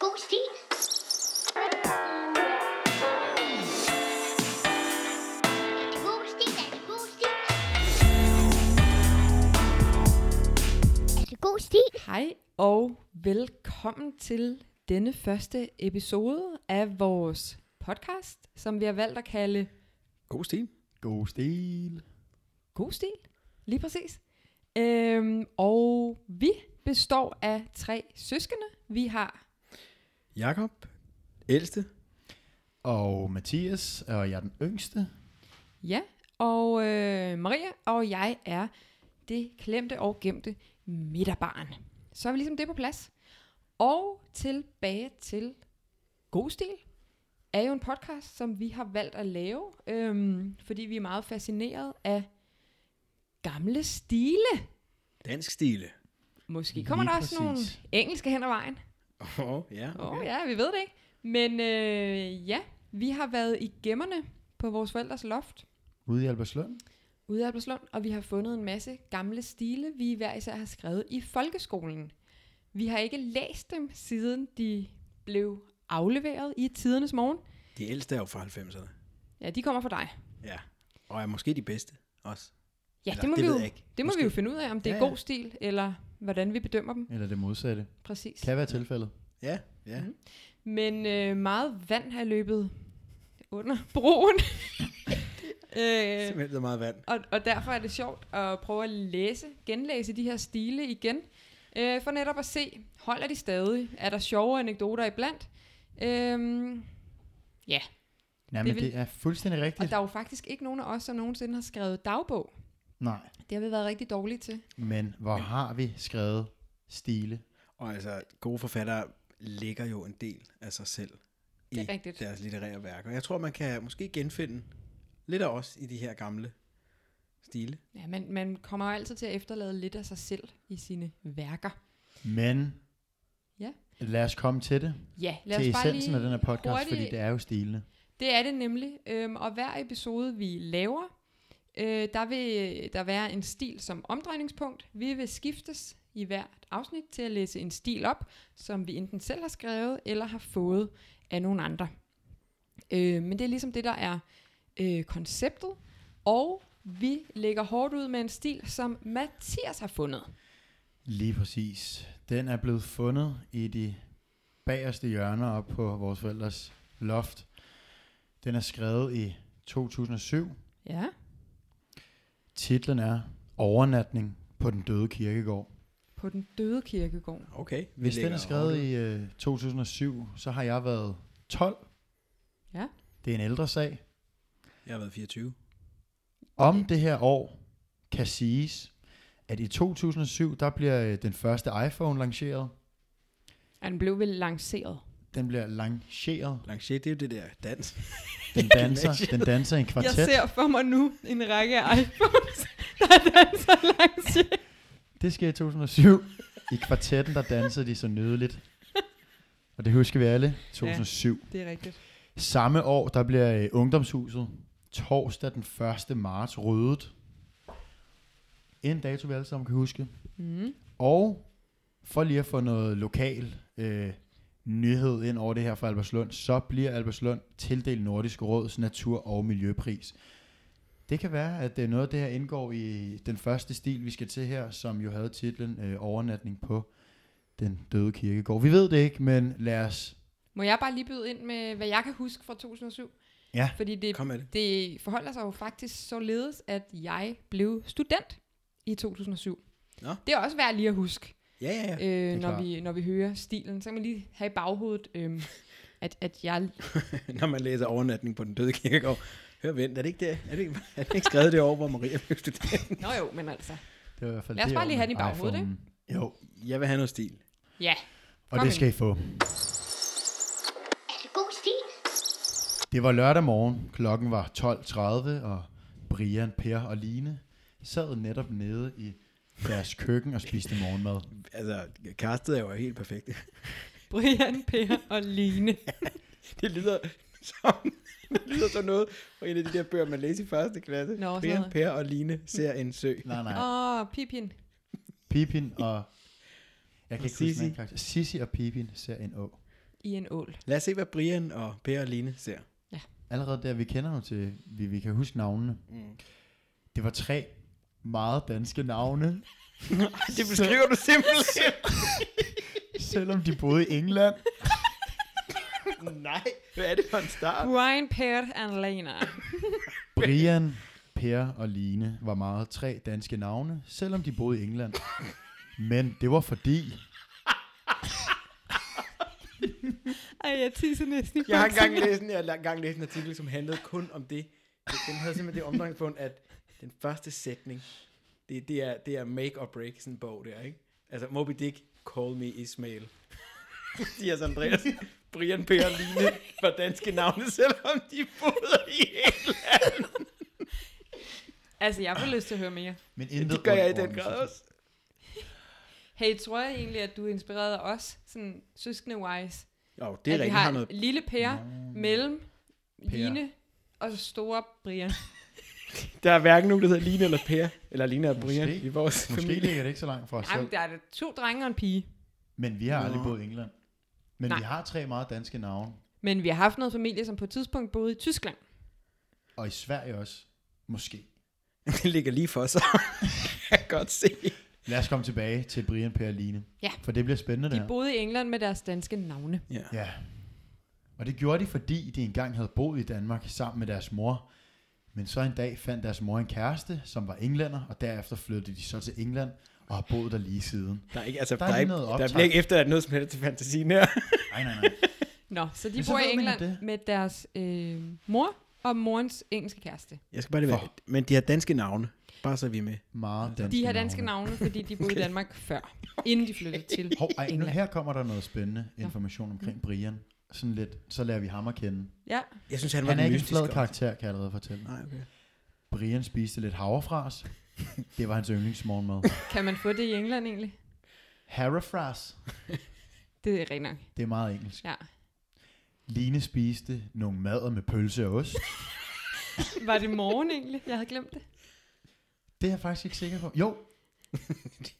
Boosty. God stil. Hej og velkommen til denne første episode af vores podcast, som vi har valgt at kalde God stil. God stil. God Stil. Lige præcis. Øhm, og vi består af tre søskende. Vi har, Jakob, ældste. Og Mathias, og jeg er den yngste. ja, og øh, Maria, og jeg er det klemte og gemte midterbarn. Så er vi ligesom det på plads. Og tilbage til God Stil er jo en podcast, som vi har valgt at lave, øhm, fordi vi er meget fascineret af gamle stile. Dansk stile. Måske Lige kommer der også nogle præcis. engelske hen ad vejen. Åh, oh, ja. Åh okay. oh, ja, vi ved det ikke. Men øh, ja, vi har været i gemmerne på vores forældres loft Ude i Albertslund. ude i Albertslund, og vi har fundet en masse gamle stile, vi hver især har skrevet i folkeskolen. Vi har ikke læst dem, siden de blev afleveret i tidernes morgen. De ældste er jo fra 90'erne. Ja, de kommer fra dig. Ja. Og er måske de bedste også. Ja, Eller, det må, det vi, ved jo, jeg ikke. det må vi Måske. jo finde ud af, om det er Ja, ja. god stil, eller hvordan vi bedømmer dem Eller det modsatte. præcis. Kan være tilfældet. Ja, ja. Mm. Men øh, meget vand har løbet under broen. øh, Simpelthen så meget vand. Og, og derfor er det sjovt at prøve at læse, genlæse de her stile igen, øh, for netop at se, holder de stadig? Er der sjove anekdoter iblandt? Øhm, Ja, Det men vil- det er fuldstændig og rigtigt. der er jo faktisk ikke nogen af os, som nogensinde har skrevet dagbog. Nej, Det har vi været rigtig dårlige til. men hvor har vi skrevet stile? Og altså, gode forfattere lægger jo en del af sig selv Det er i rigtigt. deres litterære værker. Jeg tror, man kan måske genfinde lidt af os i de her gamle stile. Ja, man, man kommer jo altid til at efterlade lidt af sig selv i sine værker. Men Ja. lad os komme til det. Ja, lad til os bare essensen lige... af den her podcast, hurtigt- fordi det er jo stilene. Det er det nemlig. Øhm, og hver episode, vi laver, øh, der vil der være en stil som omdrejningspunkt. Vi vil skiftes i hvert afsnit til at læse en stil op, som vi enten selv har skrevet eller har fået af nogle andre. Øh, men det er ligesom det, der er øh, konceptet. Og vi lægger hårdt ud med en stil, som Mathias har fundet. Lige præcis. Den er blevet fundet i de bagerste hjørner op på vores forældres loft. Den er skrevet i 2007. Ja. Titlen er Overnatning på den døde kirkegård. På den døde kirkegård. Okay. vi Hvis den lægger er skrevet hårdt ud. i øh, 2007, så har jeg været 12. Ja. Det er en ældre sag. Jeg har været 24. Om det her år kan siges, at i 2007, der bliver øh, den første iPhone lanceret. Ja, den blev vel lanceret. Den bliver lanceret. Lanchet, det er jo det der dans. Den danser, den danser i en Jeg kvartet. ser for mig nu en række af iPhones, der danser langs Det sker i 2007. I kvartetten, der dansede de så nydeligt. Og det husker vi alle. 2007. Det er rigtigt. Samme år, der bliver øh, Ungdomshuset torsdag den 1. marts ryddet. En dato, vi alle sammen kan huske. Mm. Og for lige at få noget lokal øh, nyhed ind over det her fra Albertslund, så bliver Albertslund tildelt Nordisk Råds Natur- og Miljøpris. Det kan være, at det er noget af det her indgår i den første stil, vi skal til her, som jo havde titlen øh, Overnatning på den døde kirkegård. Vi ved det ikke, men lad os... Må jeg bare lige byde ind med, hvad jeg kan huske fra 2007? Ja. Fordi det, Kom med det. det forholder sig jo faktisk således, at jeg blev student i 2007. Nå. Det er også værd lige at huske, Ja, ja, ja. øh, når, klart. vi, når vi hører stilen. Så kan man lige have i baghovedet, øh, at, at jeg... når man læser overnatning på den døde kirkegård. Hør, vent, er det ikke det? Er det ikke, er det ikke skrevet det år, hvor Maria blev student? Nå jo, men altså. Det var i hvert fald Lad os det bare år lige have med den i baghovedet, iPhone'en. Jo, Jeg vil have noget stil. Ja. og Kom ind. det skal I få. God stil. Det var lørdag morgen, klokken var 12.30, og Brian, Per og Line sad netop nede i deres køkken og spiste morgenmad. Altså, castet er jo helt perfekt. Brian, Per og Line. Det lyder som, det lyder som noget fra en af de der bøger, man læser i første klasse. Nå, sådan noget. Brian, Per og Line ser en sø. Nej, nej. Åh, oh, Pippin. Pipin og... Jeg kan Og ikke huske den Sissi. anden karakter. Sissi og Pipin ser en å. i en ål. Lad os se, hvad Brian og Per og Line ser. Allerede der, vi kender jo til, vi, vi kan huske navnene. Mm. Det var tre meget danske navne, Det beskriver du simpelthen. selvom de boede i England. Nej, hvad er det for en start? Brian, Per and Lena. Brian, Per og Line var meget tre danske navne, selvom de boede i England. Men det var fordi, Ej, jeg tisser næsten i Jeg har engang læst, en, jeg har engang læst en artikel, som handlede kun om det. Den havde simpelthen det omdrejningspunkt, at den første sætning, det, det, er, det er make or break sådan en bog der, ikke? Altså Moby Dick, call me Ismail. De er Andreas, Brian, Per og Line var danske navne, selvom de boede i England. Altså, jeg får lyst til at høre mere. men Ja, intet det gør jeg i rundt den om, grad så- også. Hey, tror jeg egentlig, at du er inspireret af os, sådan søskende-wise? Jo, det er at vi rigtigt. har Har noget... lille Per, mellem, Per. Line og så store Brian. Der er hverken nogen, der hedder Line eller Per, eller Line og Brian Måske. i vores Måske familie. ligger det ikke så langt fra os selv, Jamen, der er det to drenge og en pige. men vi har aldrig Nå. boet i England. Men Nej. vi har tre meget danske navne, Men vi har haft noget familie, som på et tidspunkt boede i Tyskland. og i Sverige også, måske. Det ligger lige for sig. jeg kan godt se. Lad os komme tilbage til Brian, Per og Line. Ja. For det bliver spændende det De her. boede i England med deres danske navne. Ja. Ja. Og det gjorde de, fordi de engang havde boet i Danmark sammen med deres mor. Men så en dag fandt deres mor en kæreste, som var englænder, og derefter flyttede de så til England og har boet der lige siden. Der er ikke, altså, Der der, er der, er lige ikke, noget der optag. bliver ikke efter noget som helst til fantasien her. Nej, nej, nej. Nå, så de Men så bor ved i man jo England det. med deres øh, mor og morens engelske kæreste. Jeg skal bare lige være. Men de har danske navne. Bare så vi er med. Meget danske De har danske navne, fordi de boede i Danmark før, inden de flyttede til Hov, ej, nu, England. her kommer der noget spændende information omkring Brian. Sådan lidt, så lærer vi ham at kende. Ja, Jeg synes, han var Han er den ikke en flad mystiske. karakter, kan jeg allerede fortælle. Nej, okay. Brian spiste lidt havrefras. Det var hans yndlingsmorgenmad. kan man få det i England egentlig? Havrefras, Det er rent nok. det er meget engelsk. Ja. Line spiste nogle mader med pølse og ost. Var det morgen egentlig? Jeg havde glemt det. Det er jeg faktisk ikke sikker på. Jo,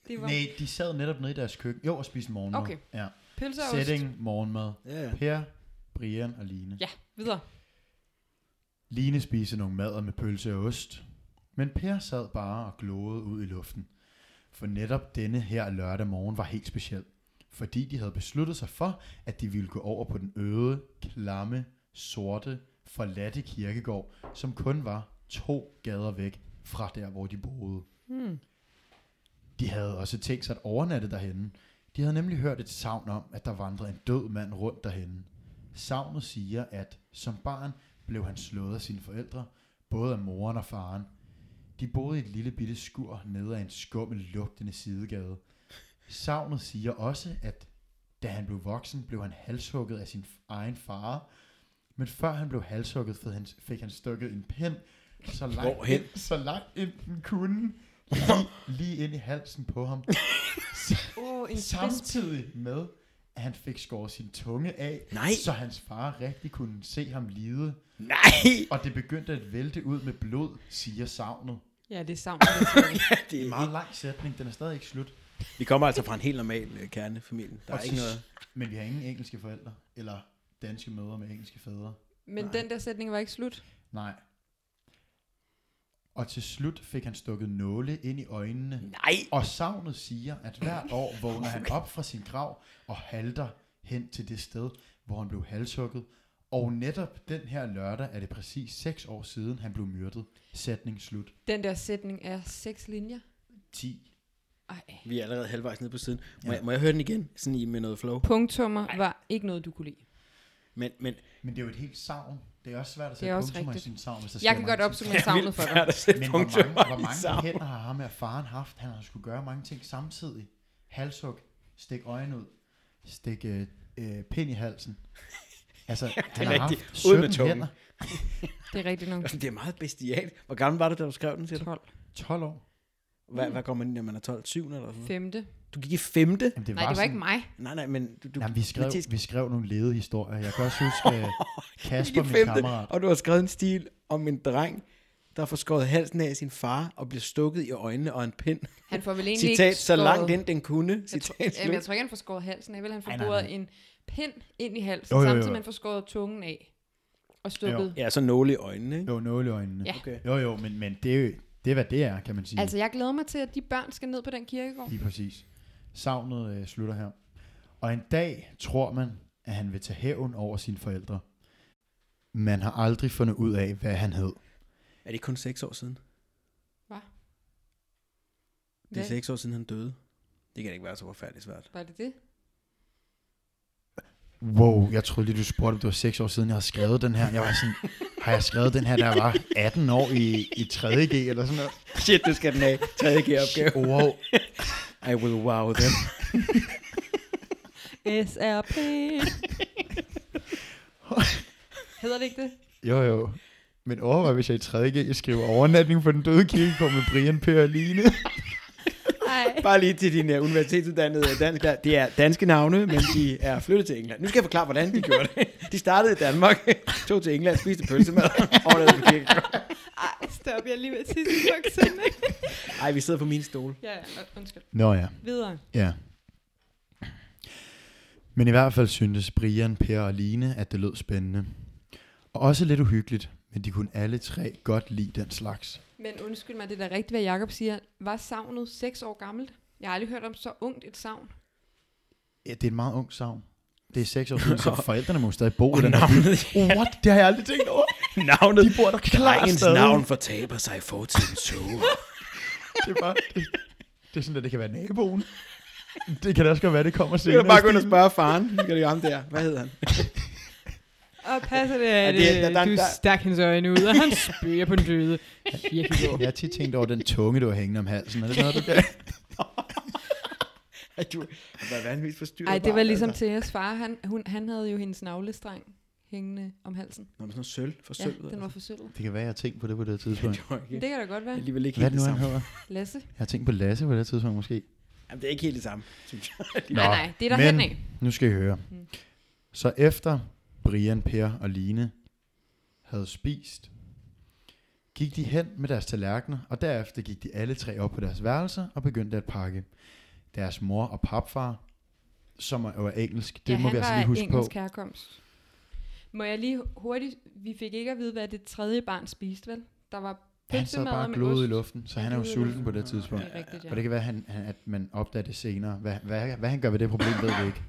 Det var Nej, de sad netop nede i deres køkken. Jo, og spiste morgenmad. Okay. Ja. pølser og ost. Setting, morgenmad. Ja, ja. Per, Brian og Line. Ja. Videre. Line spiste nogle mader med pølse og ost. Men Per sad bare og glåede ud i luften. For netop denne her lørdag morgen var helt speciel. Fordi de havde besluttet sig for, at de ville gå over på den øde, klamme, sorte, forladte kirkegård, som kun var to gader væk fra der, hvor de boede. Hmm. De havde også tænkt sig at overnatte derhenne. De havde nemlig hørt et savn om, at der vandrede en død mand rundt derhenne. Savnet siger, at som barn blev han slået af sine forældre, både af moren og faren. De boede i et lille bitte skur nede ad en skummel lugtende sidegade. Savnet siger også, at da han blev voksen, blev han halshugget af sin egen far. Men før han blev halshugget, fik han, fik han stukket en pind, så langt, Hvorhen? ind, så langt ind den kunne, lige, lige ind i halsen på ham. Oh, en spids. Samtidig med, at han fik skåret sin tunge af, Nej. så hans far rigtig kunne se ham lide. Nej! Og det begyndte at vælte ud med blod, siger savnet. Ja, det er sammen. det er sammen. Det En er meget lang sætning, den er stadig ikke slut. Vi kommer altså fra en helt normal øh, kernefamilie. Der Og er ikke til- noget... Men vi har ingen engelske forældre, eller danske mødre med engelske fædre. Men Nej. den der sætning var ikke slut. Nej. Og til slut fik han stukket nåle ind i øjnene. Nej! Og savnet siger, at hvert år vågner han op fra sin grav og halter hen til det sted, hvor han blev halshugget. Og netop den her lørdag er det præcis seks år siden, han blev myrdet. Sætning slut. Den der sætning er seks linjer. 10. Ej. Vi er allerede halvvejs nede på siden. Må, Ja. jeg, må jeg høre den igen? Sådan i med noget flow. Punktummer var ikke noget, du kunne lide. Men, men Men det er jo et helt savn. Det er også svært at Det er sætte også punktum i rigtigt. sin savn, hvis der sker Jeg kan mange godt ting. opsummere savnet for dig. svært at sætte Men hvor mange, punktummer hvor i mange sammen. hænder har ham her faren haft? Han har skulle gøre mange ting samtidig. Halshug, stik øjnene ud, stik øh, øh, pind i halsen. Altså, han har rigtigt. haft Ud med 17 tungen. hænder. Det er rigtigt nok. Altså, Det er meget bestialt. Hvor gammel var du, da du skrev den, siger du? 12. 12 år. Hvad, hvad kommer man ind, når man er 12? 7 eller sådan noget? 5. Du gik i femte? Jamen, det Nej, det var sådan, ikke mig. Nej, nej, men du... du Jamen, vi, skrev, Mathias, vi skrev nogle lede historier. Jeg kan også huske øh, du gik Kasper, i min femte, kammerat. og du har skrevet en stil om en dreng, der får skåret halsen af sin far og bliver stukket i øjnene og en pind. Han får vel egentlig Citat, ikke så skåret- langt ind den kunne. Jeg, tror, Citat, jamen, jeg slut. tror ikke, han får skåret halsen af. Vel, han får Nej, nej, boret nej. en pind ind i halsen, Jo, jo, jo. samtidig man får skåret tungen af og stukket. Ja, så nåle i øjnene, ikke? Jo, nåleøjnene. Ja. Okay. Jo, jo, men, men det, er jo, det er, hvad det er, kan man sige. Altså, jeg glæder mig til, at de børn skal ned på den kirkegård. Lige præcis. Savnet øh, slutter her. Og en dag tror man, at han vil tage hævn over sine forældre. Man har aldrig fundet ud af, hvad han hed. Er det kun seks år siden? Det er Hvad? seks år siden, han døde. Det kan da ikke være så forfærdeligt svært. Var det det? Wow, jeg troede lige, du spurgte, om det var seks år siden, jeg havde skrevet den her. Jeg var sådan, har jeg skrevet den her, da jeg var 18 år i, i 3.G eller sådan noget? Shit, det skal den af. 3G opgave. Wow. I will wow them. SRP. Hedder det ikke det? Jo, jo. Men overvej, hvis jeg i 3.G skriver overnatning for den døde kirkegård med Brian Per og Line. Nej. Bare lige til din uh, universitetsuddannede dansk der. Det er danske navne, men de er flyttet til England. Nu skal jeg forklare, hvordan de gjorde det. De startede i Danmark, tog til England, spiste pølsemad, overlevede på kirkegården. Ej, stop. Jeg er lige ved at tisse i bukserne. Ej, vi sidder på min stol. ja, ja, nå, undskyld. Nå ja. Videre. Ja. Men i hvert fald syntes Brian, Per og Line, at det lød spændende. Og også lidt uhyggeligt, men de kunne alle tre godt lide den slags. Men undskyld mig, det er da rigtigt, hvad Jacob siger. Var savnet seks år gammelt? Jeg har aldrig hørt om så ungt et savn. Ja, det er en meget ung savn. Det er seks år siden, så forældrene må stadig bo i Og den her by. navnet, What? Det har jeg aldrig tænkt over. navnet. De bor der klart Drengens stadig. navn fortaber sig i fortidens tog. Det er, bare, det, det er sådan, at det kan være naboen. Det kan da også godt være, det kommer Så senere. kan du bare gå i ind og stilen. spørge faren. Så Skal du ham der? Hvad hedder han? Og passer det, at, det- øh, der- der- du der- stak hans øjne ud, og han spøger på den døde kirkegård. Jeg har tit tænkt over den tunge, du har hængende om halsen. Er det noget, du kan? Ej, du har været vanvittigt forstyrret. Ej, det var barn, ligesom altså. Theas far. Han, hun, han havde jo hendes navlestreng hængende om halsen. Nå, men sådan noget sølv for Ja, sølvet. den var altså. for sølv. Det kan være, jeg har tænkt på det på det tidspunkt. Det var ikke- Det kan da godt være. Alligevel ikke Hvad er helt det det nu, han samme. hedder? Lasse? Jeg har tænkt på Lasse på det tidspunkt måske. Jamen, det er ikke helt det samme, synes jeg. Nå, nej, nej, det er der men- hen af. Nu skal I høre. Mm. Så efter Brian, Per og Line havde spist, gik de hen med deres tallerkener, og derefter gik de alle tre op på deres værelser og begyndte at pakke. Deres mor og papfar, som er- var engelsk, det ja, må han vi altså var lige huske engelsk på. herkomst. Må jeg lige hurtigt... Vi fik ikke at vide, hvad det tredje barn spiste, vel? Der var Han sad pølsemad bare med glødet i ost. luften, så Han han er jo glodede i sulten på det tidspunkt. Det er rigtigt, ja. Og det kan være, han, han, at man opdager det senere. Hvad, hvad, hvad han gør ved det problem, ved vi ikke.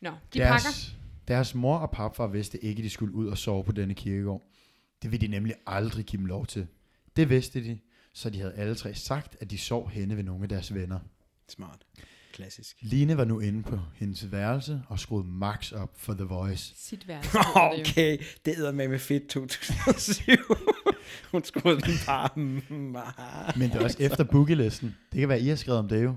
Nå, de pakker. Deres mor og papfar vidste ikke, at de skulle ud og sove på denne kirkegård. Det ville de nemlig aldrig give dem lov til. Det vidste de, så de havde alle tre sagt, at de sov henne ved nogle af deres venner. Smart. Klassisk. Line var nu inde på hendes værelse og skruede max op for The Voice. Sit værelse. hedder det jo. Okay, det hedder med med fedt 2007. Hun skruede den bare meget. Men det er også efter bookielisten. Det kan være, I har skrevet om det jo.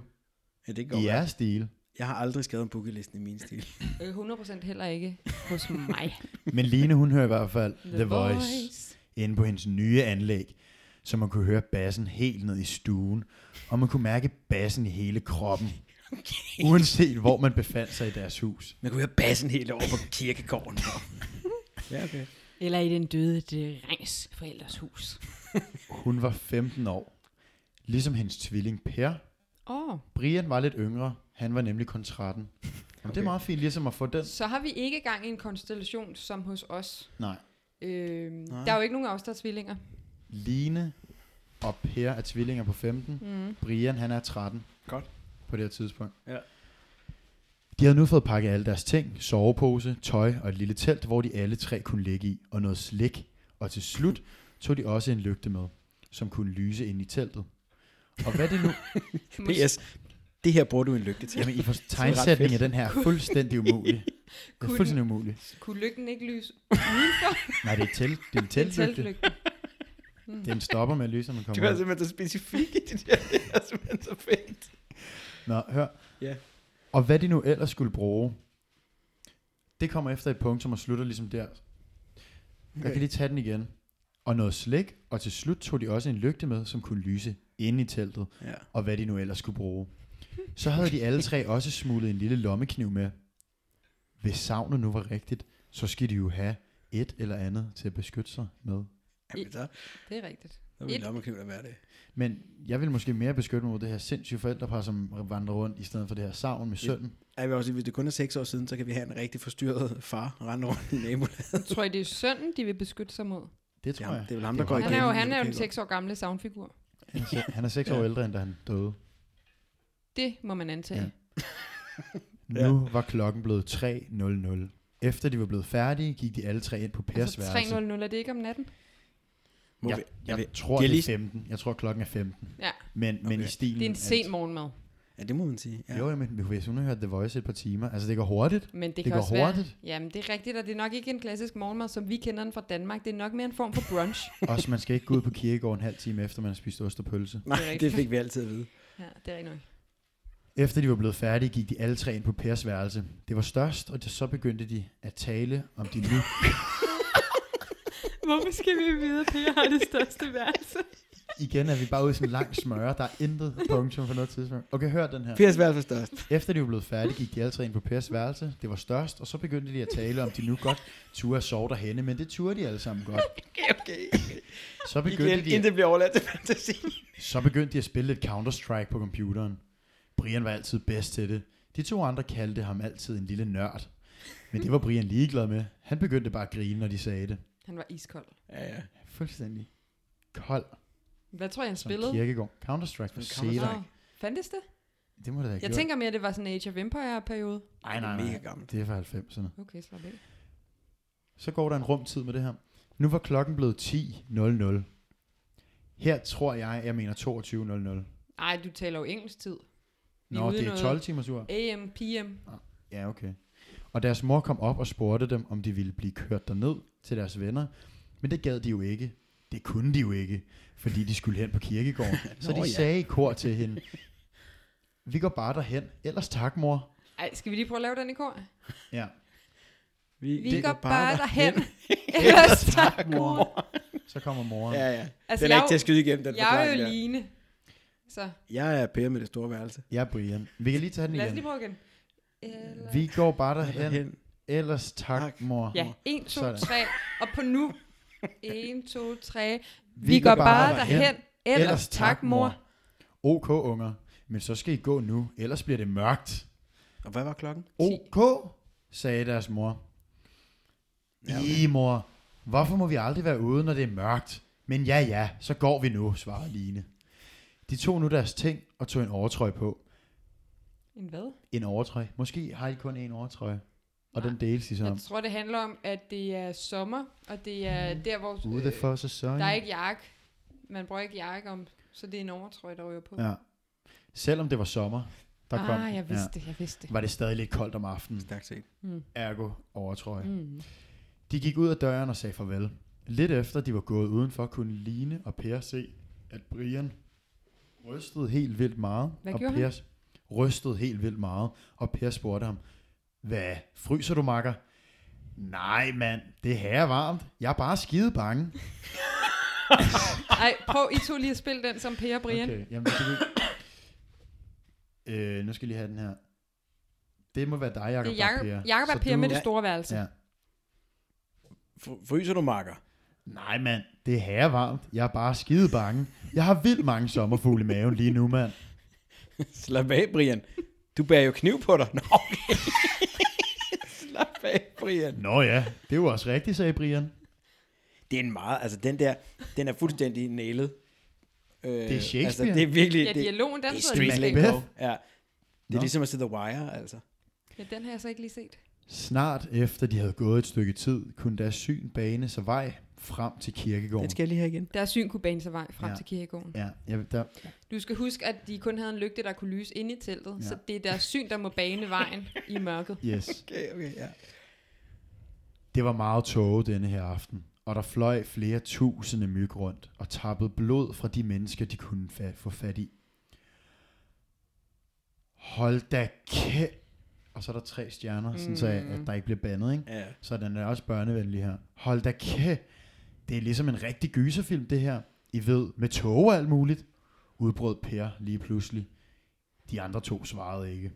Ja, det går I ja. jeres stil. Jeg har aldrig skrevet en bookelisten i min stil. Øh, 100% heller ikke hos mig. Men Line, hun hører i hvert fald The, The Voice. Voice. inde på hendes nye anlæg, så man kunne høre bassen helt ned i stuen, og man kunne mærke bassen i hele kroppen, okay. uanset hvor man befandt sig i deres hus. Man kunne høre bassen helt over på kirkegården. ja, okay. Eller i den døde drengs forældres hus. Hun var 15 år, ligesom hendes tvilling Per. Åh, oh, Brian var lidt yngre, han var nemlig kun 13. Okay. Det er Okay. meget fint ligesom at få den. så har vi ikke gang i en konstellation som hos os. Nej, Øhm, Nej. der er jo ikke nogen af os, der er tvillinger. Line og Per er tvillinger på 15. Mm. Brian, han er 13. Godt. På det her tidspunkt. Ja. De havde nu fået pakket alle deres ting, sovepose, tøj og et lille telt, hvor de alle tre kunne ligge i, og noget slik. Og til slut tog de også en lygte med, som kunne lyse ind i teltet. Og hvad det nu... PS, det her bruger du en lygte til. Jamen, I for ret tegnsætning af fedt. den her er fuldstændig umulig. Det er Kunne- fuldstændig umulig. Kunne lygten ikke lyse? Nej, det er, et telt, det er en Det er teltlygte. teltlygten. Den stopper med at lyse, når man Du kommer er ud. simpelthen så specifik i det der. Det er simpelthen så fedt. Nå, hør. Ja. Og hvad de nu ellers skulle bruge, det kommer efter et punkt, som slutter ligesom der. Okay. Jeg kan lige tage den igen. Og noget slik, og til slut tog de også en lygte med, som kunne lyse inde i teltet, Ja. og hvad de nu ellers skulle bruge. Så havde de alle tre også smuglet en lille lommekniv med. Hvis savnet nu var rigtigt, så skal de jo have et eller andet til at beskytte sig med. Jamen, så, Det er rigtigt. så vil Et- en lommekniv der være det. Men jeg vil måske mere beskytte mig mod det her sindssyge forældrepar, som vandrer rundt, i stedet for det her savn med sønnen. Jeg vil også sige, hvis det kun er 6 år siden, så kan vi have en rigtig forstyrret far rende rundt i nabolandet. Tror I, det er sønnen, de vil beskytte sig mod? Det tror Jamen, jeg. det er vel ham, der går ret- Han er jo, igennem, han det er jo kan den jeg 6 år gamle savnfigur. Han er se- Han er seks år ældre, end da han døde. Det må man antage. Ja. Ja. Ja. Nu var klokken blevet 3.00. Efter de var blevet færdige, gik de alle tre ind på Pers Altså, værelse. 3.00 er det ikke om natten? Må Ja, vi- er Jeg det- tror, de det har er lige- 15. Jeg tror, klokken er 15. Ja. Men, men Okay. i stilen... Det er en sen at- morgenmad. Ja, det må man sige. Ja. Jo, jo, men hvis hun har hørt The Voice et par timer, altså det går hurtigt. Men det, Det kan går også hurtigt. være... Jamen, det er rigtigt, og det er nok ikke en klassisk morgenmad, som vi kender den fra Danmark. Det er nok mere en form for brunch. Også man skal ikke gå ud på kirkegården en halv time efter, man har spist ost og pølse. Nej, Det er det rigtigt. fik vi altid at vide. ja, det er rigtigt nok. Efter de var blevet færdige, gik de alle tre ind på Pers værelse. Det var størst, og så begyndte de at tale om de nye... Hvorfor skal vi vide, at Per har det største værelse? Igen er vi bare ude i sådan en lang smøre. Der er intet punktum på noget tidspunkt. Okay, hør den her. Piers værelse er størst. Efter de var blevet færdige, gik de alle tre ind på Pers værelse. Det var størst, og så begyndte de at tale om, de nu godt turde at sove derhenne, men det turde de alle sammen godt. Okay, okay. Så Igen, begyndte, de, intet bliver overladt til fantasi. så begyndte de at spille lidt Counter-Strike på computeren. Brian var altid bedst til det. De to andre kaldte ham altid en lille nørd. Men det var Brian ligeglad med. Han begyndte bare at grine, når de sagde det. Han var iskold. Ja, ja. Fuldstændig kold Hvad tror jeg, han som spillede? kirkegård. Counter-Strike for Som Counter-Strike. sæler. Nå, fandtes det? Det må det da have Jeg gjort. tænker mere, at det var sådan en Age of Empire-periode. Ej, Det nej, er nej. Mega gammel. Det er fra 90'erne. Okay, slap af. Så går der en rumtid med det her. Nu var klokken blevet 10.00. Her tror jeg, jeg mener 22.00. Ej, du taler jo engelsk tid. Vi Nå, ude i det er noget 12 timers ur. AM, PM. Ja, okay. Og deres mor kom op og spurgte dem, om de ville blive kørt derned til deres venner. Men det gad de jo ikke. Det kunne de jo ikke, fordi de skulle hen på kirkegården. Så Nå, de ja. sagde i kor til hende, vi går bare derhen, ellers tak mor. Ej, skal vi lige prøve at lave den i kor? Ja. Vi det går bare derhen. Ellers Ellers tak, mor. Så kommer moren. Ja, Ja. ja. Altså, Den er jeg, ikke til at skyde igennem, den jeg er jo forklaring der. Line. Så Jeg er Per med det store værelse. Jeg er Brian. Vi kan lige tage den lad os lige igen. prøve igen. Eller... Vi går bare derhen, ellers tak Tak. mor. Ja, 1, 2, Sådan. 3. Og på nu. 1, 2, 3. Vi Vi går går bare bare derhen. Ellers tak, mor. OK, unger. Men så skal I gå nu, ellers bliver det mørkt. Og hvad var klokken? OK, sagde deres mor. Ja, I, mor. Hvorfor må vi aldrig være ude, når det er mørkt? Men ja, ja, så går vi nu, svarede Line. De tog nu deres ting og tog en overtrøje på. En hvad? En overtrøje. Måske har I kun en overtrøje. Og Nej, den deles de så om. Jeg tror, det handler om, at det er sommer, og det er der, hvor Ude øh, for sæsonen. der er ikke jakke. Man bruger ikke jakke om, så det er en overtrøje, der ryger på. Ja. Selvom det var sommer, der kom ah, den. jeg vidste det, jeg vidste det. Var det stadig lidt koldt om aftenen. Stærkt set. Mm. Ergo overtrøje. Mm. De gik ud af døren og sagde farvel. Lidt efter de var gået udenfor, kunne Line og Per se, at Brian rystede helt vildt meget. Hvad og gjorde per rystede helt vildt meget, og Per spurgte ham, hvad, fryser du, makker? Nej, mand, det her er varmt. Jeg er bare skide bange. Ej, prøv I to lige at spille den som Per og Brian. Okay. Okay, jamen, det kan vi... øh, nu skal jeg lige have den her. Det må være dig, Jacob, Det er Jacob, der er Per. Jacob er Så Per du- med det store værelse. Ja. Fr- Fryser du, Marker? Nej, mand. Det er her varmt. Jeg er bare skide bange. Jeg har vildt mange sommerfugle i maven lige nu, mand. Slap af, Brian. Du bærer jo kniv på dig. Nå, okay. Slap af, Brian. Nå ja, det er jo også rigtigt, sagde Brian. Det er en meget, altså den der, den er fuldstændig nailet. Øh, det Shakespeare. Altså, det er virkelig, Ja, det, dialogen, den det er sidder street lige Macbeth. bag. lingo. Ja. Det er Nå. ligesom at se The Wire, altså. Ja, den har jeg så ikke lige set. Snart efter de havde gået et stykke tid, kunne deres syn bane sig vej frem til kirkegården. Den skal jeg lige have igen. Der er syn kunne bane sig vej frem Ja. ja. til kirkegården. Ja, jeg, der, Du skal huske, at de kun havde en lygte, der kunne lyse inde i teltet, Ja. ja. så det er deres syn, der må bane vejen i mørket. yes. Okay, okay, ja. Det var meget tåge denne her aften, og der fløj flere tusinde myg rundt og tappede blod fra de mennesker, de kunne fa- få fat i. Hold da kæft. Og så er der tre stjerner, mm. sådan så at der ikke bliver bandet, ikke? ja. Så den er også børnevenlig her. Hold da kæft. Det er ligesom en rigtig gyserfilm, det her. I ved, med tog og alt muligt. Udbrød Per lige pludselig. De andre to svarede ikke.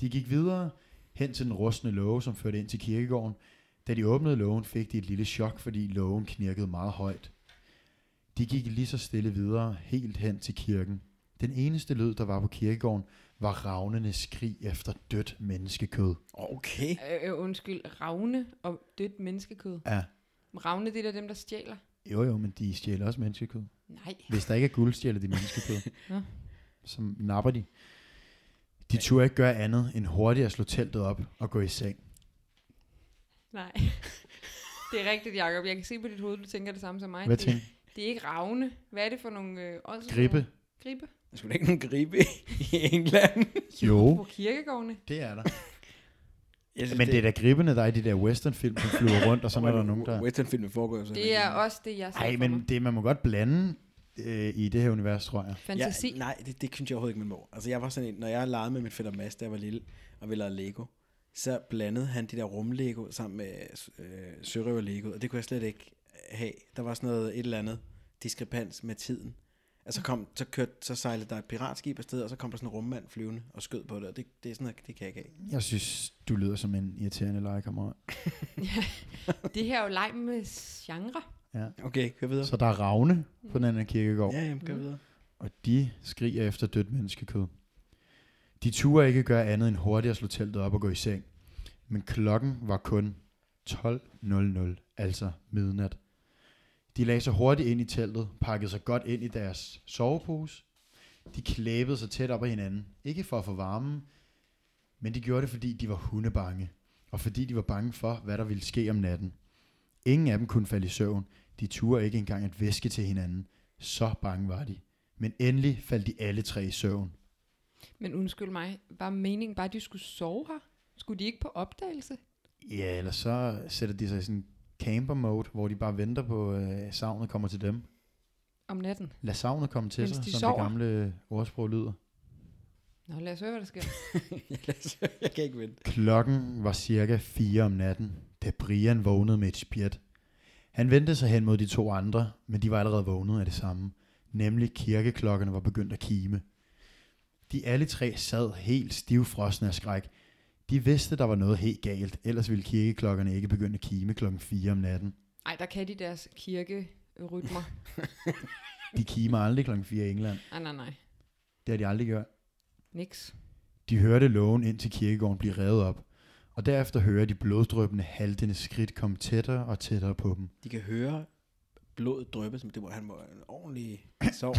De gik videre hen til den rustne låge, som førte ind til kirkegården. Da de åbnede lågen, fik de et lille chok, fordi lågen knirkede meget højt. De gik lige så stille videre, helt hen til kirken. Den eneste lyd, der var på kirkegården, var ravnende skrig efter dødt menneskekød. Okay. Øh, øh, undskyld, ravne og dødt menneskekød. Ja, Ravne, det er da dem, der stjæler. Ah, jo jo, men de stjæler også menneskekød. Nej. Hvis der ikke er guld, stjæler de menneskekød. Nå. Så napper de. De turde ikke gøre andet end hurtigt at slå teltet op og gå i seng. Nej. Det er rigtigt, Jacob. Jeg kan se på dit hoved, du tænker det samme som mig. Hvad det, tænkte det er ikke ravne. Hvad er det for nogle... Øh, åndsord? Gribe? Gribe? Der skulle ikke nogen gribe i England. På Jo, kirkegårdene. det er der. Jeg synes, Men det er da gribende, der er i de der westernfilm, som flyver rundt, og så er der nogen, der... Western-filmen foregår jo så. Det er også det, jeg ser Nej, for men mig. det, man må godt blande øh, i det her univers, tror jeg. Fantasi. Ja, nej, det, det synes jeg overhovedet ikke, man må. Altså, jeg var sådan en, når jeg legede med min fætter Mads, da jeg var lille, og vi lavede Lego, så blandede han det der rumlego sammen med øh, sørøver Lego, og det kunne jeg slet ikke have. Der var sådan noget, et eller andet diskrepans med tiden. Altså kom, så, kørte, så sejlede der et piratskib afsted, og så kom der sådan en rummand flyvende og skød på det, og det, det er sådan noget, det kan jeg ikke have. Jeg synes, du lyder som en irriterende legekammerat. Det her er jo leg med genre. Okay, kør videre. Så der er ravne på den anden kirkegård, Ja, jamen, kør videre. og de skriger efter dødt menneskekød. De turde ikke gøre andet end hurtigt at slå teltet op og gå i seng. Men klokken var kun 12.00, altså midnat. De lagde sig hurtigt ind i teltet, pakkede sig godt ind i deres sovepose. De klæbede sig tæt op ad hinanden, ikke for at få varmen, men de gjorde det, fordi de var hundebange, og fordi de var bange for, hvad der ville ske om natten. Ingen af dem kunne falde i søvn. De turde ikke engang at væske til hinanden. Så bange var de. Men endelig faldt de alle tre i søvn. Men undskyld mig, var meningen bare, at de skulle sove her? Skulle de ikke på opdagelse? Ja, eller så sætter de sig i sådan camper mode, hvor de bare venter på, øh, savnet kommer til dem. Om natten. Lad savnet komme til Mens sig, de som sover. det gamle ordsprog lyder. Nå, lad os høre, hvad der sker. jeg kan ikke vente. Klokken var cirka 4 om natten, da Brian vågnede med et spjæt. Han vendte sig hen mod de to andre, men de var allerede vågnet af det samme. Nemlig kirkeklokkerne var begyndt at kime. De alle tre sad helt stivfrosne af skræk. De vidste, der var noget helt galt, ellers ville kirkeklokkerne ikke begynde at kime klokken 4 om natten. Ej, der kan de deres kirkerytmer. De kimer aldrig klokken 4 i England. Ej, nej, nej. Det har de aldrig gjort. Niks. De hørte lågen ind til kirkegården blive revet op, og derefter hører de bloddrøbende, haltende skridt komme tættere og tættere på dem. De kan høre blodet dryppe, som det må, han må en ordentlig sov.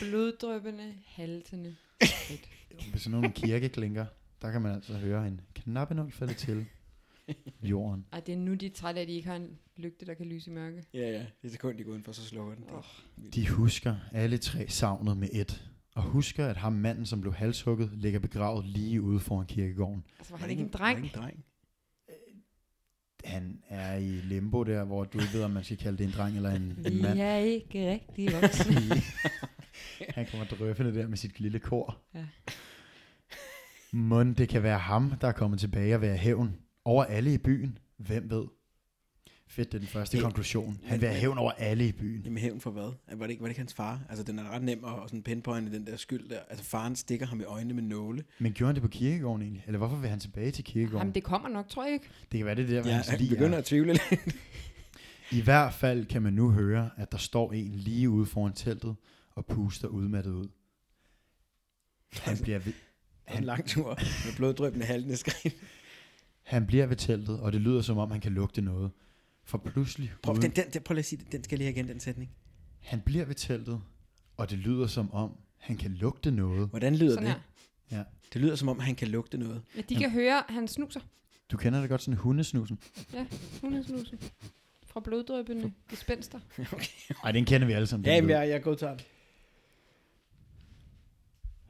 Bloddrøbende, haltende. skridt. Hvis sådan nogle kirkeklinker, der kan man altså høre en knappenål falde til jorden. Ej, det er nu, de er trætte af, at de ikke har en lygte, der kan lyse i mørke. ja, ja. Det er sekund, de går indenfor, så slukker den. Oh. De husker alle tre savnet med et, og husker, at ham manden, som blev halshugget, ligger begravet lige ude foran kirkegården. Altså, var han ikke en dreng? en dreng? Han er i limbo der, hvor du ikke ved, om man skal kalde det en dreng eller en, en mand. er ikke rigtig voksne. Han kommer drøffende der med sit lille kor. Ja. Ja. Mund, det kan være ham, der er kommet tilbage og være hævn over alle i byen. Hvem ved? Fedt, det er den første Det- konklusion. Han men- vil have hævn over alle i byen. Jamen hævn for hvad? Altså, Var det, ikke, var det ikke hans far? Altså, den er ret nem at og sådan pinpointe den der skyld der. Altså, faren stikker ham i øjnene med nåle. Men gjorde han det på kirkegården egentlig? Eller hvorfor vil han tilbage til kirkegården? Jamen, Jamen, det... det kommer nok, tror jeg ikke. det kan være det er der, hvor Ja, ja, hans han lig begynder begynder... at tvivle lidt. I hvert fald kan man nu høre, at der står en lige ude foran teltet og puster udmattet ud. Han bliver ved, Det er en lang tur med bloddrøbende haltende skrin. han bliver ved teltet, og det lyder som om, han kan lugte noget. For pludselig... Prøv, uden- den, den, den, prøv lige at sige det. Den skal jeg lige have igen, den sætning. Han bliver ved teltet, og det lyder som om, han kan lugte noget. Hvordan lyder Sådan det? her. Det lyder, som om han kan lugte noget. Ja, de kan høre, han snuser. Du kender det godt, sådan hundesnusen. Ja, hundesnusen. Fra bloddrøbende gespenster. Nej, den kender vi alle sammen. den Jamen, lyd. jeg, jeg godtager det.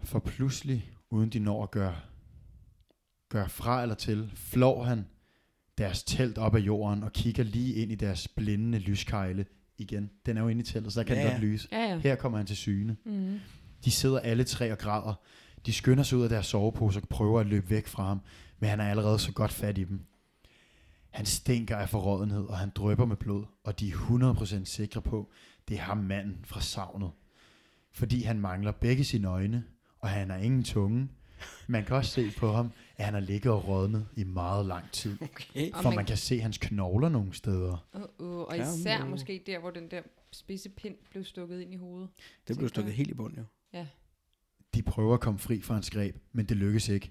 For pludselig, uden de når at gøre, gøre fra eller til, flår han deres telt op af jorden og kigger lige ind i deres blændende lyskejle. Igen, den er jo inde i teltet, så der kan Ja, den ja. godt lyse. Ja, ja. Her kommer han til syne. Mm-hmm. De sidder alle tre og græder. De skynder sig ud af deres sovepose og prøver at løbe væk fra ham, men han er allerede så godt fat i dem. Han stinker af forrådenhed, og han drøber med blod, og de er 100% sikre på, det er ham manden fra savnet. Fordi han mangler begge sine øjne, og han har ingen tunge. Man kan også se på ham, at han har ligget og rådnet i meget lang tid, Okay. Og for man- man kan se hans knogler nogle steder. Uh, uh, og Kære især mor. måske der, hvor den der spidse pind blev stukket ind i hovedet. Det Tænker blev stukket jeg. helt i bund, jo. De prøver at komme fri fra hans greb, men det lykkes ikke.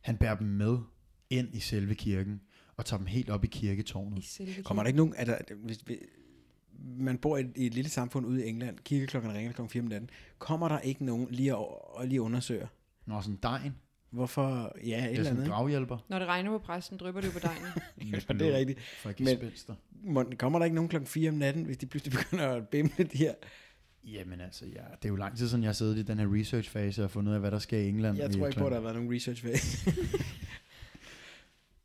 Han bærer dem med ind i selve kirken og tager dem helt op i kirketårnet. I selve Kommer der kirken. ikke nogen... Altså, hvis, hvis, man bor i et, i et lille samfund ude i England, kirkeklokken ringer klokken 4 om natten. Kommer der ikke nogen lige og, og lige undersøger? Nå, sådan en dejen. Hvorfor? Ja, et Det er eller sådan andet. en ikke? gravhjælper. Når det regner på præsten, drypper det jo på degnen. Ja, det er rigtigt. For at give Men- spænster. Mon- Kommer der ikke nogen klokken 4 om natten, hvis de pludselig begynder at bimle de her? Jamen altså, ja, det er jo lang tid siden, jeg har siddet i den her research-fase og fundet ud af, hvad der sker i England. Jeg i tror ikke på, at Irland. der har været nogen research ved. Der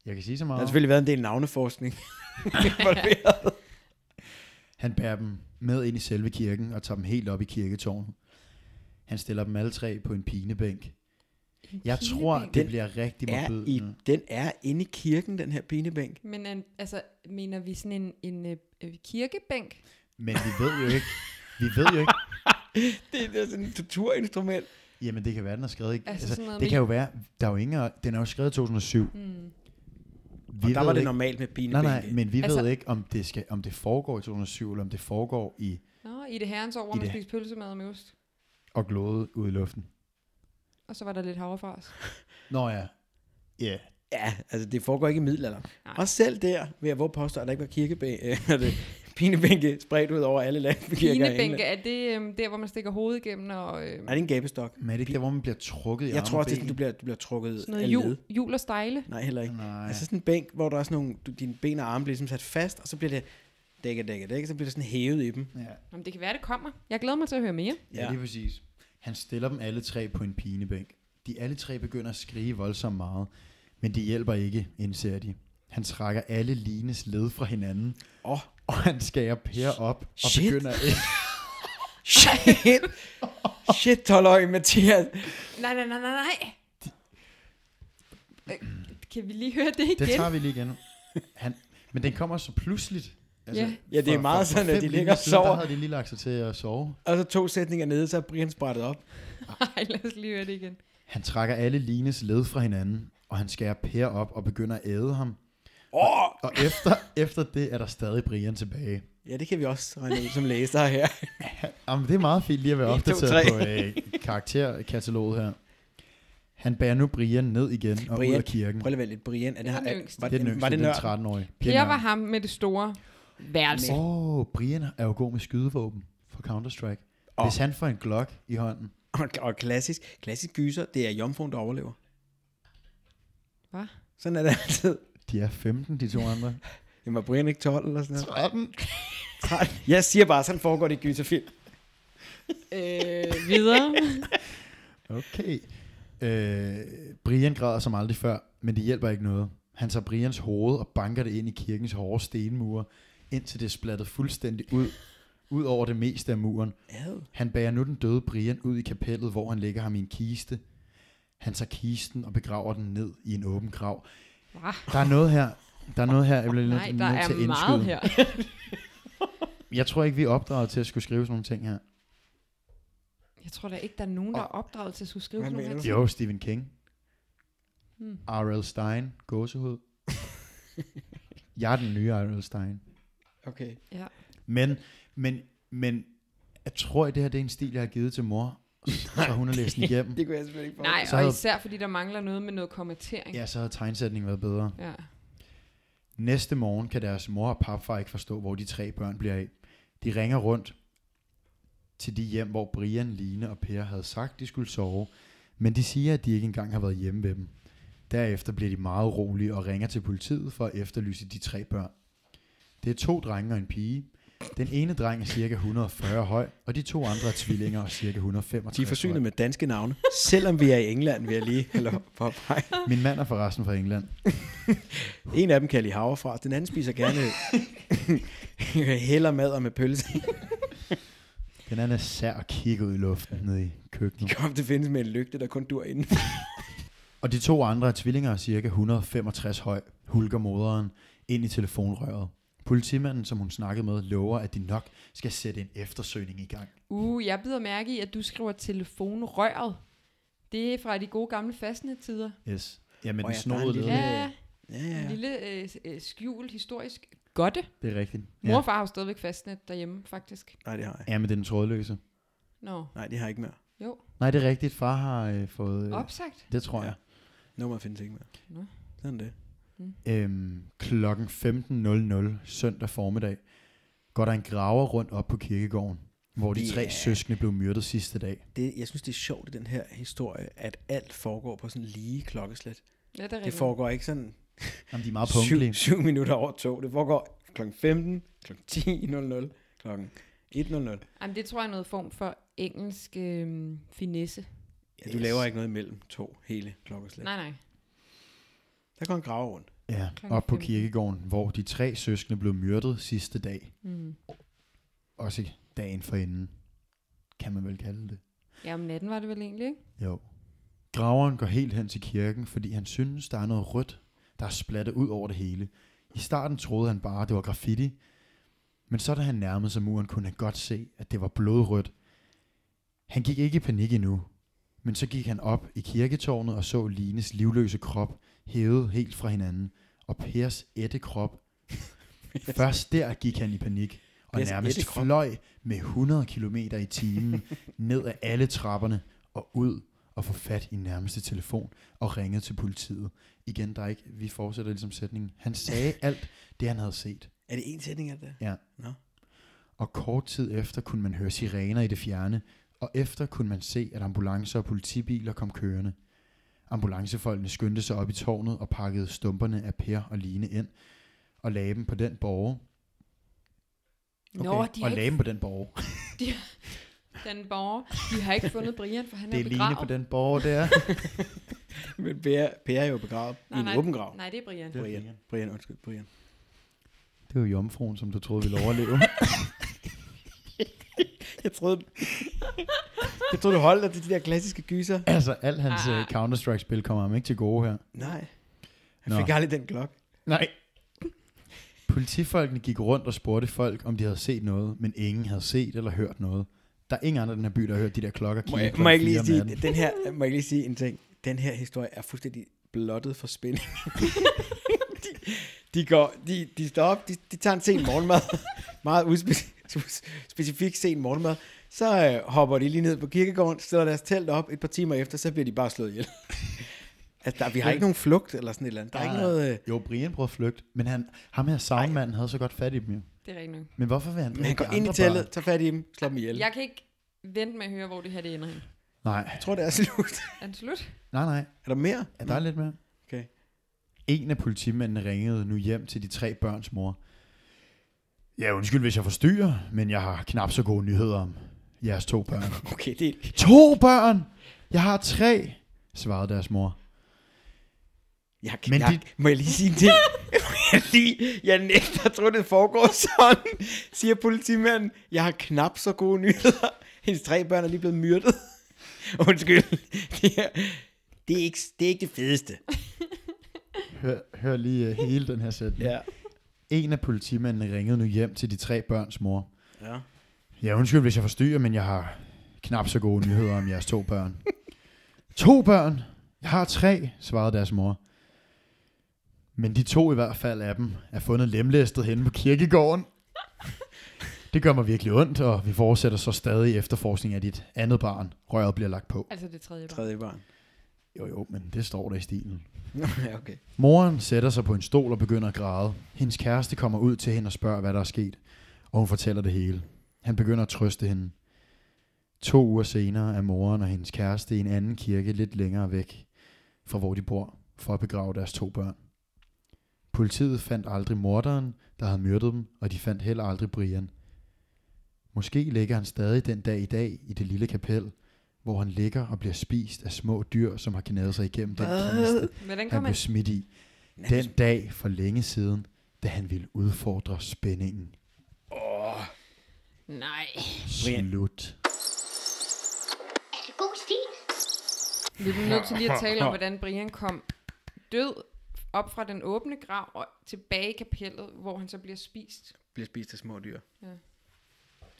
Jeg kan sige så meget. har selvfølgelig været en del navneforskning. involveret. Han bærer dem med ind i selve kirken og tager dem helt op i kirketårnet. Han stiller dem alle tre på en pinebænk. Jeg tror, det Den bliver rigtig er i, modbydende. den er inde i kirken, den her pinebænk. Men en, altså, mener vi sådan en, en øh, øh, kirkebænk? Men vi ved jo ikke, vi ved jo ikke, Det er sådan et torturinstrument. jamen det kan være, den er skrevet ikke. Altså Altså, sådan altså, noget det med- kan jo være, der er jo ingen, den er jo skrevet i 2007. Hmm. Vi Og der ved var det ikke, normalt med nej, pinebænke. nej, men vi altså, Altså- ved ikke, om det, skal, om det foregår i 2007, eller om det foregår i Nå, i det herrens år, hvor I man det- spiste pølsemad med ost. og glåde ud i luften. Og så var der lidt havrefras. Nå ja, ja, yeah. Ja, altså det foregår ikke i middelalderen. Nej. Og selv der, vil jeg våge påstå, at der ikke var kirkebæ- øh, hvad er det, pinebænke spredt ud over alle landkirker. i England. Pinebænke, er det øhm, der, hvor man stikker hovedet igennem? Og, øhm, Nej, det er en gabestok. men er det ikke der, hvor man bliver trukket i Jeg tror, arme og også, det er sådan, du ben? bliver, du bliver trukket sådan noget af jul, led. jul og stejle? Nej, heller ikke. Nej, Altså sådan en bænk, hvor der er sådan nogle, du, dine ben og arme bliver ligesom sat fast, og så bliver det dækket, dækket, dækket, så bliver det sådan hævet i dem. ja. Jamen, det kan være, det kommer. Jeg glæder mig til at høre mere. Ja, lige præcis. Han stiller dem alle tre på en pinebænk. De alle tre begynder at skrige voldsomt meget, men det hjælper ikke, indser de. Han trækker alle Lines led fra hinanden, Åh, og han skærer Per op og Shit. begynder at shit! shit, 12-årig Mathias! Nej, nej, nej, nej, nej. Øh, Kan vi lige høre det igen? Det tager vi lige igen. Han, men den kommer så pludseligt. Altså, Ja. Ja, det er for- meget for sådan, at fem de linjer ligger og siden, sover. Der havde de lige lagt sig til at sove. Og så to sætninger nede, så er Brian sprættet op. Nej, lad os lige høre det igen. Han trækker alle Lines led fra hinanden, og han skærer Per op og begynder at æde ham. Åh! Og efter, efter det er der stadig Brian tilbage. Ja, det kan vi også regne ud som læsere her. Jamen, det er meget fint lige at være En, to, opdateret tre. på øh, karakterkataloget her. Han bærer nu Brian ned igen og Brian. ud Brian, af kirken. Prøv lige at være lidt, Brian. Er det, Det var er- den yngste. var, Det er den var yngste, det nørd? den 13-årige. Per var ham med det store værelse. Åh, oh, Brian er jo god med skydevåben for Counter-Strike. Åh. Oh. Hvis han får en Glock i hånden. Og, og klassisk, klassisk gyser, det er jomfruen, der overlever. Hvad? Sådan er det altid. De er 15, de to andre. Jamen, var Brian ikke 12 eller sådan noget? 13? Jeg siger bare, sådan foregår det i gyserfilm. Øh, videre. Okay. Øh, Brian græder som aldrig før, men det hjælper ikke noget. Han tager Brians hoved og banker det ind i kirkens hårde stenmure, indtil det er splattet fuldstændig ud, ud over det meste af muren. Ad. Han bærer nu den døde Brian ud i kapellet, hvor han lægger ham i en kiste. Han tager kisten og begraver den ned i en åben grav. Hva? Der er noget her, der er noget her, jeg bliver nødt Nej, nødt til der at er indskyde. meget her. Jeg tror ikke, vi er opdraget til at skulle skrive sådan nogle ting her. Jeg tror da ikke, der er nogen, der er opdraget til at skulle skrive Hvad sådan nogle mener her Jo, Stephen King. Hmm. R.L. Stein, gåsehud. jeg er den nye R.L. Stein. Okay. Men, men, men jeg tror, at det her det er en stil, jeg har givet til mor, så hun har læst den igennem. Det kunne jeg selvfølgelig ikke få. Nej, Så og havde- især fordi der mangler noget med noget kommentering. Ja, så havde tegnsætningen været bedre. ja. Næste morgen kan deres mor og papfar ikke forstå, hvor de tre børn bliver af. De ringer rundt til de hjem, hvor Brian, Line og Per havde sagt, de skulle sove, men de siger, at de ikke engang har været hjemme ved dem. Derefter bliver de meget urolige og ringer til politiet for at efterlyse de tre børn. Det er to drenge og en pige. Den ene dreng er cirka 140 høj, og de to andre er tvillinger og cirka 165 De er forsynet høj. med danske navne. Selvom vi er i England, vil jeg lige have lov på mig. Min mand er forresten fra England. En af dem kan jeg lige havre fra. Den anden spiser gerne heller mad og med pølse. Den anden er sær og kigger ud i luften nede i køkkenet. Kom, det findes med en lygte, der kun dur inden. Og de to andre er tvillinger, cirka 165 høj, hulker moderen ind i telefonrøret. Politimanden, som hun snakkede med, lover, at de nok skal sætte en eftersøgning i gang. Uh, jeg bider mærke i, at du skriver telefonrøret. Det er fra de gode gamle fastnettider. Yes. Ja, men Åh den ja, snodede der er en led. lille- Ja, Ja, ja, en ja. lille øh, s- øh, skjult historisk godte. Det er rigtigt. Mor Ja. og far har jo stadigvæk fastnet derhjemme, faktisk. Nej, det har jeg. ja, men det er den trådløse. Nå, Nej, det har jeg ikke mere. jo. Nej, det er rigtigt. Far har øh, fået... Øh, Opsagt. Det tror jeg. Nummer findes ikke mere. Nå. Sådan det. Øhm, klokken 15.00 søndag formiddag går der en graver rundt op på kirkegården, hvor de tre Ja. søskende blev myrdet sidste dag. det. Jeg synes, det er sjovt i den her historie, at alt foregår på sådan lige klokkeslæt. Ja, det er Det rigtigt. foregår ikke sådan Jamen, de er meget syv, punktlige. syv minutter over to. Det foregår kl. 15, kl. 10.00, kl. 1.00. Jamen, det tror jeg er noget form for engelsk øh, finesse. Ja, du laver ikke noget imellem to hele klokkeslæt. Nej, nej. Der går en grav rundt. Ja, Klokken op på 15. kirkegården, hvor de tre søskende blev myrdet sidste dag. Mm. Også dagen forinden, kan man vel kalde det. Ja, om natten var det vel egentlig, ikke? Jo. Graveren går helt hen til kirken, fordi han synes, der er noget rødt, der er splattet ud over det hele. I starten troede han bare, det var graffiti, men så da han nærmede sig muren, kunne han godt se, at det var blodrødt. Han gik ikke i panik endnu, men så gik han op i kirketårnet og så Lines livløse krop hævet helt fra hinanden, og Pers ætte krop. Først der gæt gik han i panik, og Pers nærmest ættekrop? fløj med 100 km i timen ned ad alle trapperne og ud og få fat i nærmeste telefon og ringede til politiet. Igen, der er ikke, vi fortsætter ligesom sætningen. Han sagde alt det, han havde set. Er det en sætning af det? og kort tid efter kunne man høre sirener i det fjerne, og efter kunne man se, at ambulancer og politibiler kom kørende. Ambulancefolkene skyndte sig op i tårnet og pakkede stumperne af Per og Line ind, og lagde dem på den borge. Nå, de har og ikke- lagde dem på den borge. Den borger. De har ikke fundet Brian, for han Det er er Line begravet. på den borge der. Men Per, per er jo begravet Nej, i en nej. åben grav. Nej, det er Brian. Det- er Brian. Brian. Brian, undskyld, Brian. det var jomfruen, som du troede ville overleve. Jeg troede, jeg troede du holdt dig til de der klassiske gyser. altså, alt hans Ah. ah. Counter-Strike-spil kommer ham ikke til gode her. Nej. Jeg Nå. fik aldrig den klok. Nej. Politifolkene gik rundt og spurgte folk, om de havde set noget, men ingen havde set eller hørt noget. Der er ingen andre i den her by, der har hørt de der klokker Må kigge jeg, klokken må jeg ikke fire lige om sige, natten. den her, må jeg ikke lige sige en ting? Den her historie er fuldstændig blottet for spænding. de, de, går, de, de står op, de, de tager en sen morgenmad, meget uspe- specifik sen morgenmad, så øh, hopper de lige ned på kirkegården, stiller deres telt op, et par timer efter, så bliver de bare slået ihjel. altså, der, vi har ikke nogen flugt eller sådan et eller andet. Der er ikke Nej. noget... Øh, Jo, Brian prøvede at flygte, men han, ham her savnmanden havde så godt fat i dem jo. Det er rigtigt nok. Men hvorfor vil han men han dræbe går de ind i andre børn? teltet, tager fat i dem, slår dem ihjel. Jeg Jeg kan ikke vente med at høre, hvor det her det ender hen. Nej, tror, det er slut. Er den slut? nej, nej. er der mere? Ja, der er lidt mere. Mm. Okay. En af politimændene ringede nu hjem til de tre børns mor. Ja, undskyld, hvis jeg forstyrrer, men jeg har knap så gode nyheder om jeres to børn. Okay, det er... to børn! Jeg har tre, svarede deres mor. Jeg, Men Men jeg, det- Må jeg lige sige en ting? jeg, lige, jeg nægter at tro, det foregår sådan, siger politimanden. Jeg har knap så gode nyheder. Hendes tre børn er lige blevet myrdet. Undskyld. Det er, det er, ikke, det er ikke det fedeste. Hør, hør lige uh, hele den her sætning. Ja. En af politimændene ringede nu hjem til de tre børns mor. ja. Ja, undskyld, hvis jeg forstyrrer, men jeg har knap så gode nyheder om jeres to børn. to børn? Jeg har tre, svarede deres mor. Men de to i hvert fald af dem er fundet lemlæstet henne på kirkegården. Det gør mig virkelig ondt, og vi fortsætter så stadig efterforskning af dit andet barn. Røret bliver lagt på. Altså det tredje barn. Tredje barn. Jo, jo, men det står der i stilen. Nå, ja, okay. Moren sætter sig på en stol og begynder at græde. Hendes kæreste kommer ud til hende og spørger, hvad der er sket, og hun fortæller det hele. Han begynder at trøste hende. To uger senere er moren og hendes kæreste i en anden kirke lidt længere væk fra hvor de bor, for at begrave deres to børn. Politiet fandt aldrig morderen, der havde myrdet dem, og de fandt heller aldrig Brian. Måske ligger han stadig den dag i dag i det lille kapel, hvor han ligger og bliver spist af små dyr, som har knaget sig igennem den kiste, Hvordan han kommer blev man? smidt i den dag for længe siden, da han ville udfordre spændingen. Nej. Brian. Slut. Er det god stil? Vi er nødt til lige at tale om, hvordan Brian kom død op fra den åbne grav og tilbage i kapellet, hvor han så bliver spist. Bliver spist af små dyr.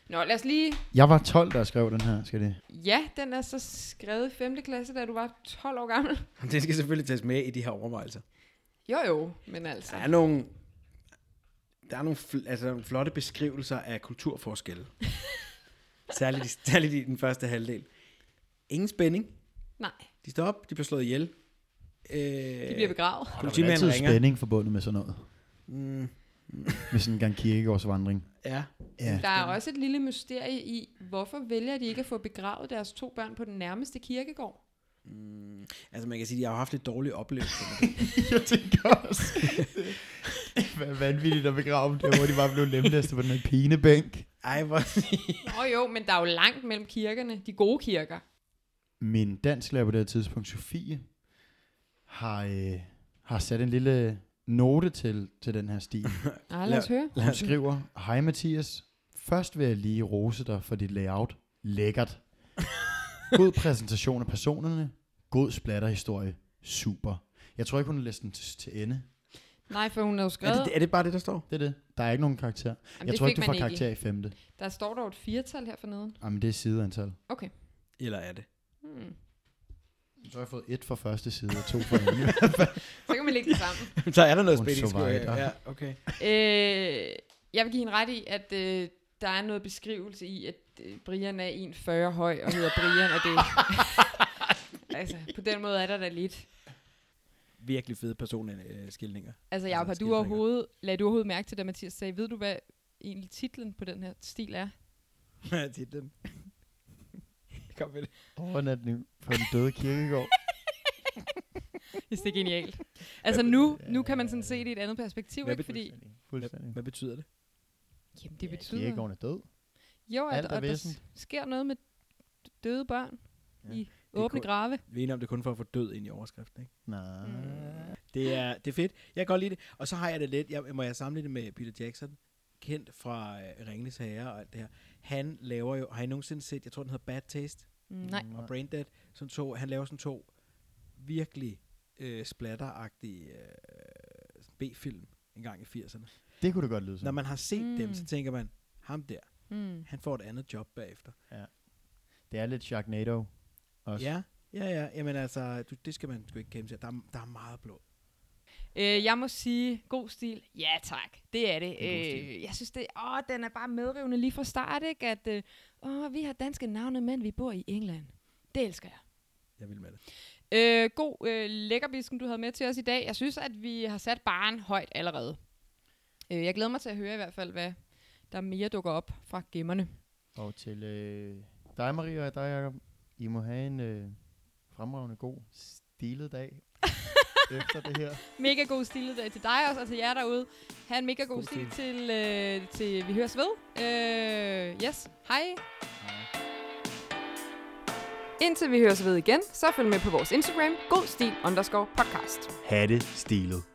Nå, lad os lige... Jeg var 12, der skrev den her, skal det? Ja, den er så skrevet i 5. klasse, da du var 12 år gammel. Det skal selvfølgelig tages med i de her overvejelser. Jo jo, men altså... Der er nogle... der er nogle, fl- altså, nogle flotte beskrivelser af kulturforskelle. særligt, i- særligt i den første halvdel. Ingen spænding. Nej, De står op, de bliver slået ihjel. Øh, de bliver begravet. Der er politimanden altid ringer. spænding forbundet med sådan noget. Mm, Med sådan en gang kirkegårdsvandring. ja. Ja. Der er også et lille mysterie i, hvorfor vælger de ikke at få begravet deres to børn på den nærmeste kirkegård? Mm, altså man kan sige, at de har jo haft lidt dårlige oplevelser med det. jeg tænker også. Det er vanvittigt at begrave dem der, hvor de bare blev lemlæstet på den her pinebænk. Ej, hvor... Nå jo, men der er jo langt mellem kirkerne, de gode kirker. Min dansklærer på det her tidspunkt, Sofie, har, øh, har sat en lille note til, til den her stil. Nej, lad os høre. Hun skriver, Hej Mathias, først vil jeg lige rose dig for dit layout. Lækkert. God præsentation af personerne. God splatterhistorie. Super. Jeg tror ikke, hun har læst den til, til ende. Nej, for hun har jo er, skrevet... det, er det bare det, der står? Det er det. Der er ikke nogen karakter. Jamen, Jamen, jeg det tror fik ikke, du man får karakter i femte. I. Der står dog et firtal her forneden. Jamen, det er sideantal. Okay. Eller er det? Hmm. Så har jeg fået et for første side og to for anden. Så kan man lægge det sammen. Så er der noget Und spænding, so skulle jeg- weiter. Ja, okay. øh, jeg vil give hende ret i, at øh, der er noget beskrivelse i, at øh, Brian er 1,40 høj og hedder Brian, og det... altså, på den måde er der da lidt. Virkelig fede personskildninger. Altså, jeg har Altså, du overhovedet, skildringer. lagde du overhovedet mærke til, da Mathias sagde, ved du, hvad egentlig titlen på den her stil er? det er dem. Kom med det. Overnatning på en døde kirkegård. Hvis det er genialt. Altså, nu, nu kan man sådan se det i et andet perspektiv, Hvad ikke? bet- Fordi, Fuldstændig. Hvad betyder det? jamen, det betyder... Kirkegården er død. Jo, at, Alt er at der s- væsentligt. sker noget med døde børn Ja. i er åbne kun- grave. Vi er enige om det er kun for at få død ind i overskriften, ikke? Nej. Det er, det er fedt. Jeg kan godt lide det. Og så har jeg det lidt. Jeg, må jeg sammenligne det med Peter Jackson? Kendt fra uh, Ringenes Herre og alt det her. Han laver jo... Har I nogensinde set... Jeg tror, den hedder Bad Taste. Mm, nej. og Brain Dead. Sådan to, han laver sådan to virkelig øh, splatteragtige øh, sådan B-film en gang i 80'erne. Det kunne det godt lyde som. Når man har set mm. dem, Mm. så tænker man, ham der, Mm. han får et andet job bagefter. Det er lidt Sharknado. Også. Ja, ja, ja. Jamen altså, du, det skal man sgu ikke kæmpe til. Der, er- der er meget blod. Øh, jeg må sige, god stil. Ja tak, det er det. Det er god stil. Øh, jeg synes, det, åh, den er bare medrivende lige fra start, ikke? At, øh, åh, vi har danske navne, men vi bor i England. Det elsker jeg. Jeg vil med det. Øh, god øh, lækkerbisken, du havde med til os i dag. Jeg synes, at vi har sat baren højt allerede. Øh, jeg glæder mig til at høre i hvert fald, hvad der mere dukker op fra gemmerne. Og til øh, dig, Maria, og dig, Jacob. I må have en øh, fremragende, god, stilet dag efter det her. Mega god stil dag til dig også, og til jer derude. Ha' en mega god, God god stil, stil. til, øh, til vi høres ved. Øh, yes, hej. Indtil vi høres ved igen, så følg med på vores Instagram, godstil underscore podcast. Ha' det stilet.